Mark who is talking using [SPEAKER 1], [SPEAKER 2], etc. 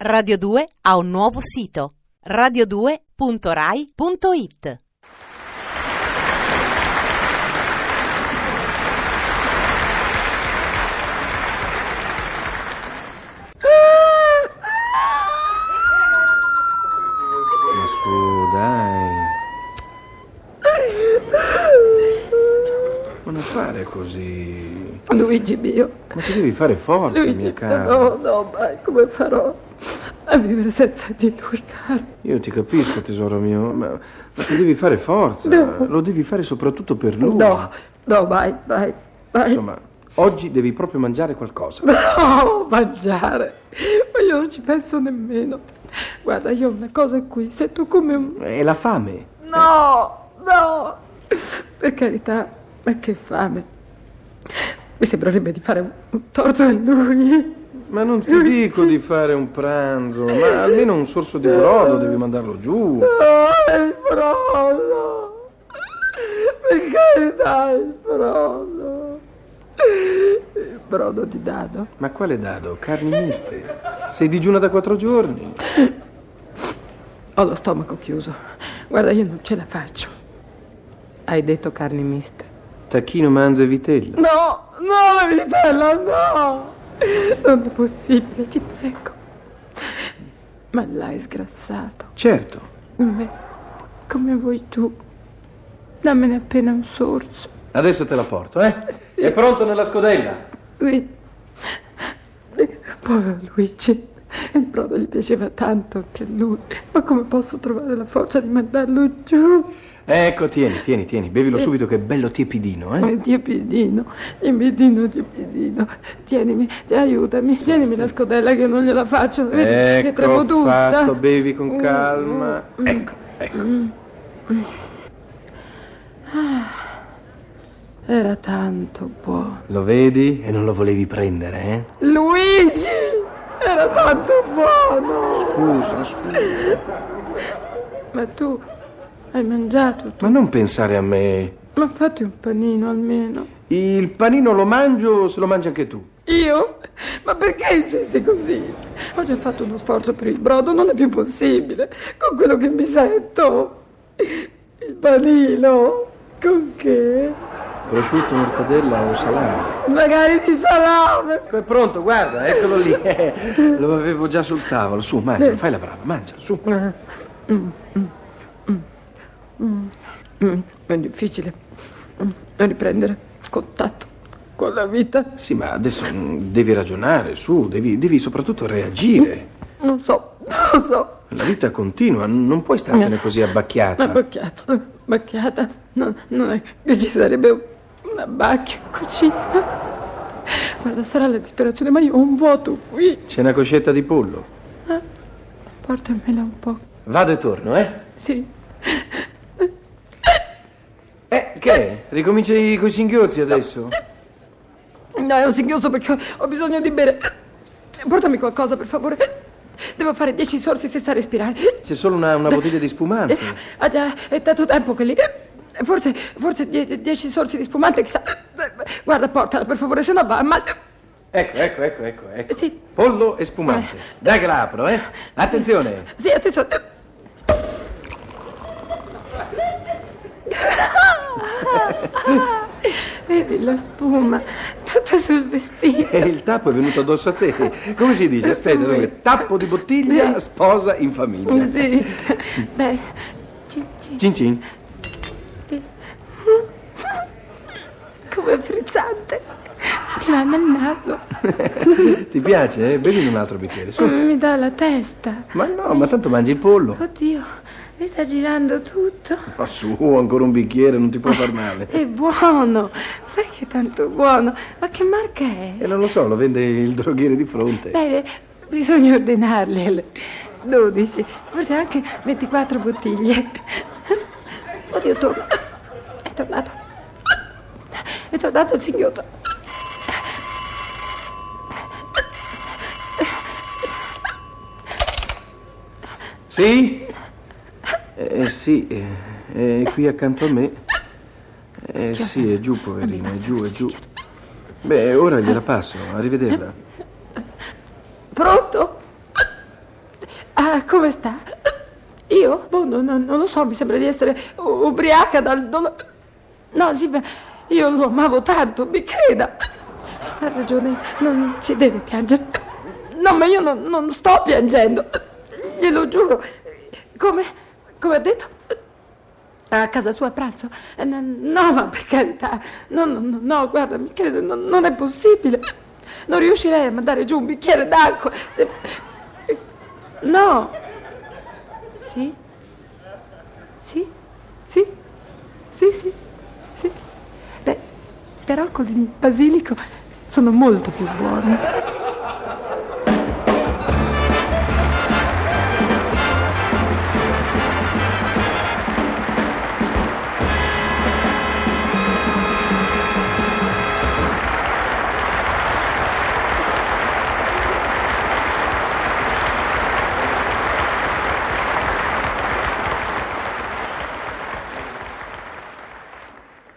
[SPEAKER 1] Radio 2 ha un nuovo sito radio2.rai.it
[SPEAKER 2] Ma su, dai. Ma non fare così.
[SPEAKER 3] Luigi mio,
[SPEAKER 2] Ma ti devi fare forza,
[SPEAKER 3] Luigi,
[SPEAKER 2] mia cara.
[SPEAKER 3] no, no, mai come farò a vivere senza di lui, caro?
[SPEAKER 2] Io ti capisco, tesoro mio, ma, ma ti devi fare forza.
[SPEAKER 3] No.
[SPEAKER 2] Lo devi fare soprattutto per lui.
[SPEAKER 3] No, no, mai, mai, mai.
[SPEAKER 2] Insomma, oggi devi proprio mangiare qualcosa.
[SPEAKER 3] No, mangiare, ma io non ci penso nemmeno. Guarda, io ho una cosa qui, sento come un...
[SPEAKER 2] È la fame.
[SPEAKER 3] No, no, per carità, ma che fame. Mi sembrerebbe di fare un- un torto a lui.
[SPEAKER 2] Ma non ti dico di fare un pranzo, ma almeno un sorso di brodo devi mandarlo giù.
[SPEAKER 3] No, Ah, il brodo! Per carità, il brodo! Il brodo di dado.
[SPEAKER 2] Ma quale dado? Carni miste. Sei digiuna da quattro giorni.
[SPEAKER 3] Ho lo stomaco chiuso. Guarda, io non ce la faccio. Hai detto carni miste?
[SPEAKER 2] Tacchino, manzo e vitella.
[SPEAKER 3] No, no, la vitella, no! Non è possibile, ti prego. Ma l'hai sgrassato.
[SPEAKER 2] Certo.
[SPEAKER 3] in Me, come vuoi tu. Dammene appena un sorso.
[SPEAKER 2] Adesso te la porto, eh? È pronto nella scodella.
[SPEAKER 3] Lui. Povero Luigi. Il brodo gli piaceva tanto anche a lui. Ma come posso trovare la forza di mandarlo giù?
[SPEAKER 2] Ecco, tieni, tieni, tieni. Bevilo subito che è bello tiepidino, eh?
[SPEAKER 3] Eh, Tiepidino, tiepidino, tiepidino. Tienimi, ti- aiutami. Tienimi la scodella che non gliela faccio. Vedi, che tremo
[SPEAKER 2] Ecco,
[SPEAKER 3] tutta.
[SPEAKER 2] fatto, bevi con
[SPEAKER 3] Mm,
[SPEAKER 2] calma.
[SPEAKER 3] mm,
[SPEAKER 2] Ecco, ecco.
[SPEAKER 3] Era tanto buono.
[SPEAKER 2] Lo vedi e non lo volevi prendere, eh?
[SPEAKER 3] Luigi! Era tanto buono!
[SPEAKER 2] Scusa, scusa.
[SPEAKER 3] Ma tu hai mangiato?
[SPEAKER 2] Ma non pensare a me.
[SPEAKER 3] Ma fatti un panino almeno.
[SPEAKER 2] Il panino lo mangio se lo mangi anche tu.
[SPEAKER 3] Io? Ma perché insisti così? Ho già fatto uno sforzo per il brodo, non è più possibile. Con quello che mi sento. Il panino. Con che?
[SPEAKER 2] Prosciutto, mortadella o salame?
[SPEAKER 3] Magari di salame.
[SPEAKER 2] Ecco, è pronto, guarda, eccolo lì. lo avevo già sul tavolo. Su, mangialo, fai la brava, mangialo, su.
[SPEAKER 3] Mm, è difficile mm, riprendere contatto con la vita.
[SPEAKER 2] Sì, ma adesso mm, devi ragionare, su, devi, devi soprattutto reagire.
[SPEAKER 3] Non so, non so.
[SPEAKER 2] La vita continua, n- non puoi startene così
[SPEAKER 3] Una
[SPEAKER 2] abbacchiata.
[SPEAKER 3] bacchiata, bacchiata. No, non è che ci sarebbe una bacchia in cucina. Guarda, sarà la disperazione, ma io ho un vuoto qui.
[SPEAKER 2] C'è una coscetta di pollo.
[SPEAKER 3] Portamela un po'.
[SPEAKER 2] Vado e torno, eh?
[SPEAKER 3] Sì.
[SPEAKER 2] Eh, che è? Ricominci coi singhiozzi adesso?
[SPEAKER 3] No, è un singhiozzo perché ho bisogno di bere. Portami qualcosa, per favore. Devo fare dieci sorsi senza respirare.
[SPEAKER 2] C'è solo una, una bottiglia di spumante.
[SPEAKER 3] Ah già, è tanto tempo che lì. Forse, forse die- dieci sorsi di spumante, chissà. Guarda, portala, per favore, se no va a male.
[SPEAKER 2] Ecco, ecco, ecco, ecco, ecco.
[SPEAKER 3] Sì.
[SPEAKER 2] Pollo e spumante. Dai che la apro, eh? Attenzione!
[SPEAKER 3] Sì, attenzione. Vedi la spuma tutta sul
[SPEAKER 2] E
[SPEAKER 3] vestito.
[SPEAKER 2] il tappo è venuto addosso a te. Come si dice? Aspetta, dove? Tappo di bottiglia, sposa in famiglia.
[SPEAKER 3] Sì. Beh, cin, cin,
[SPEAKER 2] Cin cin.
[SPEAKER 3] cin. come frizzante. Mi va nel naso.
[SPEAKER 2] Ti piace, eh? Bevi un altro bicchiere, su.
[SPEAKER 3] Mi dà la testa.
[SPEAKER 2] Ma no, ma tanto mangi il pollo.
[SPEAKER 3] Oddio, mi sta girando tutto.
[SPEAKER 2] Ma su, ancora un bicchiere, non ti può far male.
[SPEAKER 3] È buono. Sai che è tanto buono. Ma che marca è?
[SPEAKER 2] E non lo so, lo vende il droghiere di fronte.
[SPEAKER 3] Beh, bisogna ordinarle. le 12, forse anche 24 bottiglie. Oddio, torna. È tornato. È tornato il singhiozzo.
[SPEAKER 2] Sì? Eh sì, eh, è qui accanto a me. Eh sì, è giù, poverino, è giù, è giù. Beh, ora gliela passo, arrivederla.
[SPEAKER 3] Pronto? Ah, come sta? Io? Boh, no, no, non lo so, mi sembra di essere u- ubriaca dal dolore. No, sì, ma io lo amavo tanto, mi creda. Ha ragione, non si deve piangere. No, ma io non, non sto piangendo, glielo giuro. Come? Come ha detto? A casa sua a pranzo? Eh, No, no, ma per carità, no, no, no, no, guarda, mi creda, non, non è possibile. Non riuscirei a mandare giù un bicchiere d'acqua. se- No. Sì? Sì? Sì? Sì, sì. Sì. Beh, però con il basilico sono molto più buoni.